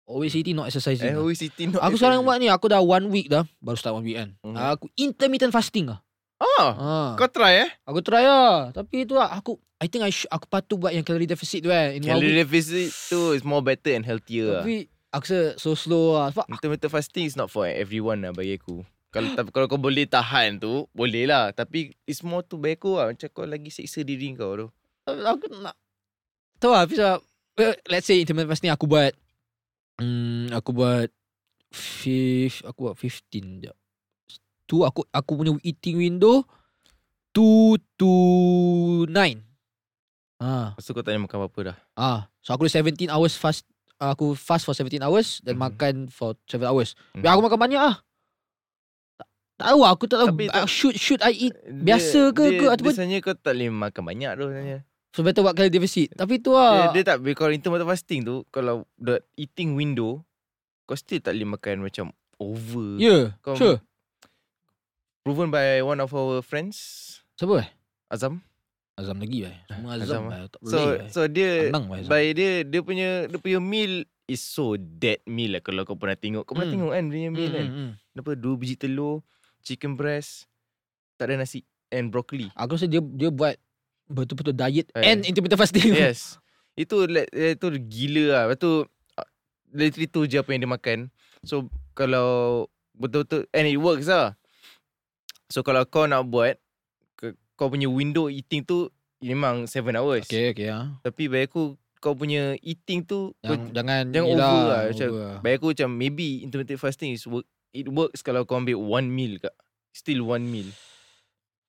Always eating not Eh exercising. ah. always eating Aku sekarang buat ni Aku dah one week dah Baru start one week kan Mhm. Aku intermittent fasting lah Ah, ha. Kau try eh Aku try lah Tapi tu lah Aku I think I sh- aku patut buat yang calorie deficit tu kan In one week Calorie deficit tu Is more better and healthier lah Tapi Aku rasa so slow lah Sebab Intermittent fasting is not for everyone lah bagi aku kalau tapi kalau kau boleh tahan tu boleh lah tapi it's more tu bagi aku lah macam kau lagi seksa diri kau tu. aku, aku nak Tahu lah Hafiz lah Eh, Let's say intermittent fasting aku buat hmm, Aku buat fif, Aku buat 15 jap Tu aku aku punya eating window 2 to 9 Ah. Lepas tu kau tak payah makan apa-apa dah. Ah, so aku ada 17 hours fast. ah, Aku fast for 17 hours dan Mhm. makan for 7 hours. Mhm. Biar aku makan banyak ah. Tak- Tak tahu lah, aku tak tahu Tapi ah, tak- should should I eat Dia- Biasa ke- dia, ke ataupun- Biasanya kau tak boleh makan banyak tu sebenarnya so better buat calorie deficit. Tapi tu dia, ah. dia tak Kalau intermittent fasting tu Kalau the eating window Kau still tak boleh makan macam Over yeah, kau- Ya, sure. Proven by one of our friends Siapa eh? Azam Azam lagi eh. Semua Azam, azam. eh. eh. Tak boleh. So so dia Tenang eh. Azam. By dia Dia punya Dia punya meal Is so dead meal lah Kalau kau pernah tengok Kau pernah Mm. tengok kan Dia punya Mm, meal kan mm, mm. Apa Dua biji telur Chicken breast Tak ada nasi And broccoli Aku rasa dia dia buat betul-betul diet Eh. and intermittent fasting. Yes Itu le- Itu gila lah Lepas tu ah, Literally tu je apa yang dia makan So Kalau Betul-betul And it works lah So kalau kau nak buat ke- Kau punya window eating tu Memang 7 hours Okay, okay ah. Tapi bagi aku Kau punya eating tu kau- Yang, jangan jangan yelah, over lah, macam- over lah. Bagi aku macam Maybe intermittent fasting is work, It works kalau kau ambil one meal kak Still one meal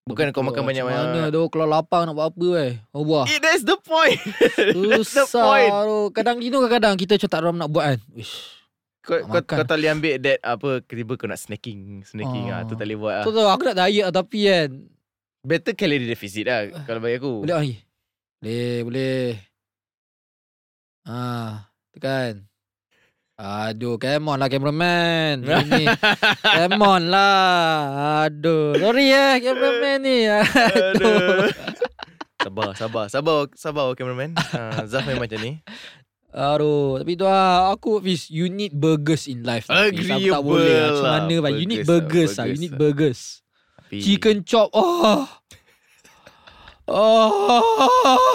Bukan kau Betul makan lah, banyak-banyak Macam mana tu kalau lapar nak buat apa eh? Oh buah. It, that's the point That's the Susah point tu Kadang gitu kadang Kita macam tak ram nak buat kan Uish. Kau, Tak kau, makan. kau tak boleh ambil that apa tiba kau nak snacking snacking ah tu Ah. tak boleh buat ah. Tu tu aku nak diet lah tapi kan Better calorie deficit lah kalau bagi aku. Boleh lagi Boleh boleh Ah, tu kan Aduh come on lah cameraman Ini Come on lah Aduh Sorry eh cameraman ni Aduh Aduh. sabar sabar sabar sabar cameraman. Ha Zaf memang macam ni. Aduh Tapi tu lah Aku Fiz You need burgers in life lah, Fiz. Aku tak Agreeable boleh lah Macam lah. mana lah. You need Burgers burgers lah, lah burgers You need lah. burgers Tapi Chicken chop. Oh. Oh.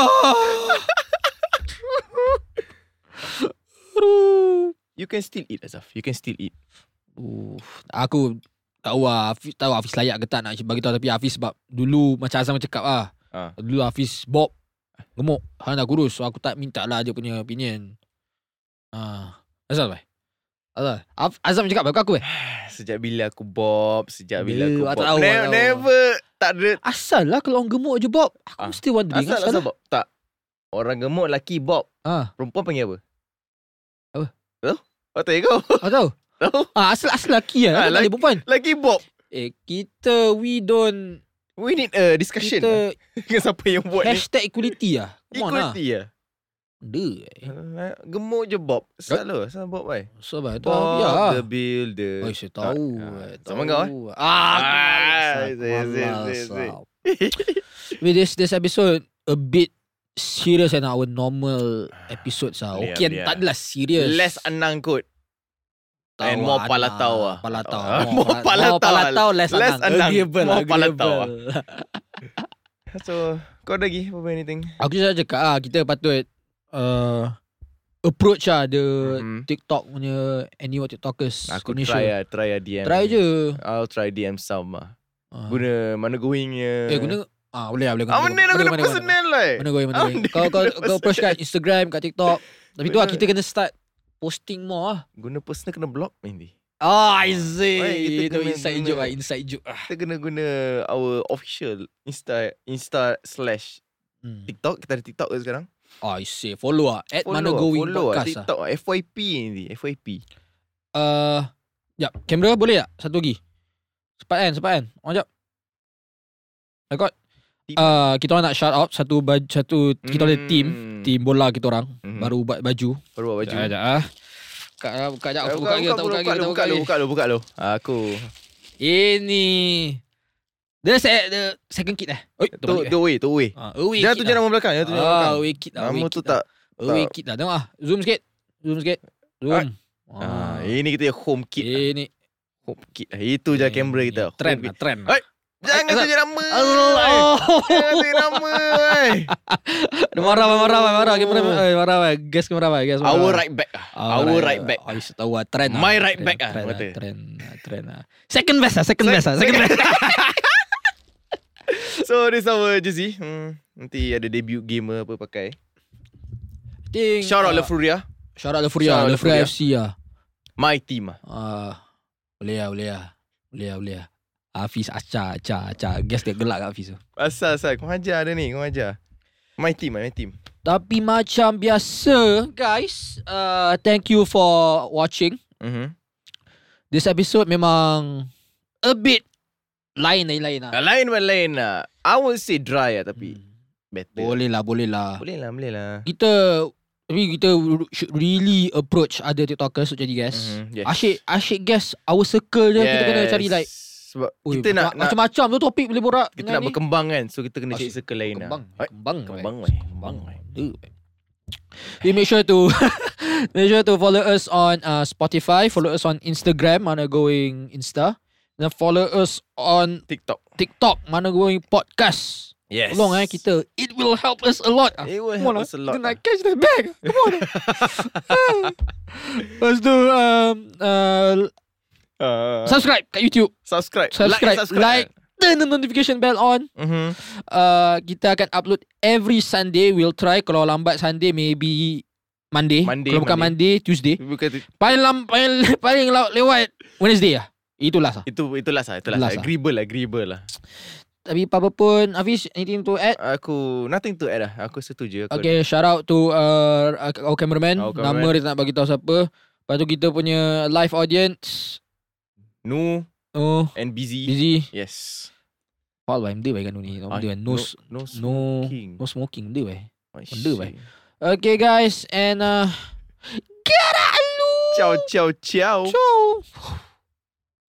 Aduh. you can still eat lah, Zaf. You can still eat. Uh, Aku tahu lah Hafiz, tahu Hafiz layak ke tak nak bagi tahu tapi Hafiz sebab dulu macam Azam cakap ah. Ah. Dulu Hafiz bob gemuk. Han dah kurus so aku tak minta lah dia punya opinion. Ah. Azam bai. Azam. Haf- Azam cakap bai aku eh. Sejak bila aku bob, sejak bila Dah, aku bob. awak tak tahu, never, awak tak tahu. never tak ada Asal lah kalau orang gemuk je bob. Aku Ah. mesti wondering asal asal bob. Tak. Orang gemuk lelaki bob, Ah. perempuan panggil apa? Apa? Tahu? Oh, tanya kau. Aku tahu. Tahu? Ah, asal asal Ah, lelaki lah. Ah, tak ada lelaki. perempuan. Lelaki bob. Eh kita we don't We need a discussion lah kita dengan siapa yang buat ni. hashtag equality lah. Come on lah. Equality lah. Ada eh. Alah, Gemuk je Bob. Selalu asal Bob why? So bah tu Bob ya. the Builder. Oh, saya tahu. Ah, eh, sama tahu. kau, Ah, aku Ah, malas, aku zek, zek, malas zek, zek. lah. With this this episode a bit serious than our normal episodes lah. Boleh lah, Okay, boleh tak lah. adalah serious. Less anang kot. Tahu and more lah, palatau anak. lah. Palatau. Ah, more pala- palatau lah. More palatau, less Less anak. anak, Agreeable, more palatau lah. agreeable. So, kau ada lagi apa anything? Aku just nak cakap ah kita patut uh, approach lah the Mhm. TikTok punya any what TikTokers. Aku Indonesia. try lah, try lah DM. Try je. I'll try DM some lah. Ah. Guna mana going Eh guna ah boleh lah boleh Ah, mana nak guna personal lah. Mana guna mana Ah, guna. mana Kau kau guna kau approach kat Instagram kat TikTok. Tapi tu lah Betul. kita kena start posting more lah. Guna personal kena block maybe. Ah, Why I kita see. Itu kena inside guna- joke lah, inside joke ah. Kita kena guna our official Insta Insta slash Hmm. TikTok. Kita ada TikTok ke sekarang? I see. Follow lah. At Follow mana lah, going follow lah, podcast lah. TikTok lah. FYP ni, FYP. Uh, jap, kamera boleh tak? Satu lagi. Sepat kan, sepat kan. On jap. Rekod. Uh, kita orang nak shout out satu baju, satu kita ada team, Hmm. team bola kita orang Mhm. baru buat baju. Baru buat baju. Eh, Jap, jap ah. Buka, ah, buka jap, aku buka lagi, tak buka buka lagi, Ah, lu, tak buka buka lu, lagi. buka lu, buka lu. Aku Ini Dia se- the second kid eh. Oi, Tu balik tu way, tu way. Ah, away Dia tu kid je lah. nama belakang, dia tu je nama Ah, kan? belakang. away kid lah. Nama away tu kid lah. tak Away kid lah. Tengok ah. Zoom sikit. Zoom sikit. Zoom. Ah, ini kita home kit. Ini Home kit. Eh, Itu je kamera kita. Home Trend kit. lah, trend. Eh, lah. Jangan Azad. tunjuk nama. Allah. Jangan tunjuk nama. eh. Dia marah, marah, marah, marah. Kamera, eh, marah, marah. Gas kamera, marah. Gas marah. Our right back. ah. Ah, Our right back. Oh, you tahu lah. Trend lah. My right Trend, back ah, Trend kata. lah. Trend lah. Trend lah. Second best lah. Second best lah. Second best. So this our jersey. Hmm, nanti ada debut gamer apa pakai. Think, Shout out ah, Le Furia. Shout out Le Shout Furia. out Le Le ah. Furia. Furia FC lah. My team ah. Ah, boleh lah, boleh lah. Boleh lah, boleh lah. Hafiz acah, acah, acah. Guess dia gelak kat Hafiz tu. Asal asal kau ajar dia ni, kau ajar. My team, my team. Tapi macam biasa, guys, uh, thank you for watching. Mhm. This episode memang a bit lain Hmm. lain-lain lah. Ah, Lain buat lain lah. I would say dry lah tapi better. Boleh lah, boleh lah. Boleh lah, boleh lah. Kita tapi kita should really approach other TikTokers jadi guys. Mhm, yes. Yes. Asyik asyik guess our circle dia yes. kita kena cari like sebab ui, kita nak, nak macam-macam tu topik boleh borak kita dengan nak ni. berkembang kan. So kita kena cari Asyik circle lain lah. Kembang Oi, Kembang Kembang weh. weh. Kembang Kembang weh. weh. Duh, weh. You make sure to Make sure to follow us on uh, Spotify Follow us on Instagram Mana going Insta Dan follow us on TikTok. TikTok Mana going podcast Yes. Tolong eh kita It will help us a lot ah. It will Come Eh, on help us a lot. ah. Kita nak catch the bag Come on Lepas tu um, uh, Ah, Subscribe kat YouTube subscribe. Subscribe Like, Turn the notification bell on Mhm. uh, kita akan upload every Sunday. We'll try kalau lambat Sunday maybe Monday. Monday, kalau bukan Monday, Tuesday. Bukan tu- Paling lam, paling paling law- lewat Wednesday lah. Itulah sah. itu itulah sah, itulah Itulah sah. sah. Agreeable lah, agreeable lah. Tapi apa pun Hafiz anything to add? Aku nothing to add lah. Aku setuju aku. Okay, shout out to uh, our cameraman. Our cameraman. Nama dia tak nak bagi tahu siapa. Lepas tu kita punya live audience. Nu Oh, and busy. busy. Yes. Paul baik dia baik kan ni. Nama Ah, dia no s- no, no smoking. no smoking dia baik. Oh, benda, shit. baik. Okay guys and uh, get out. Ciao ciao ciao. Ciao.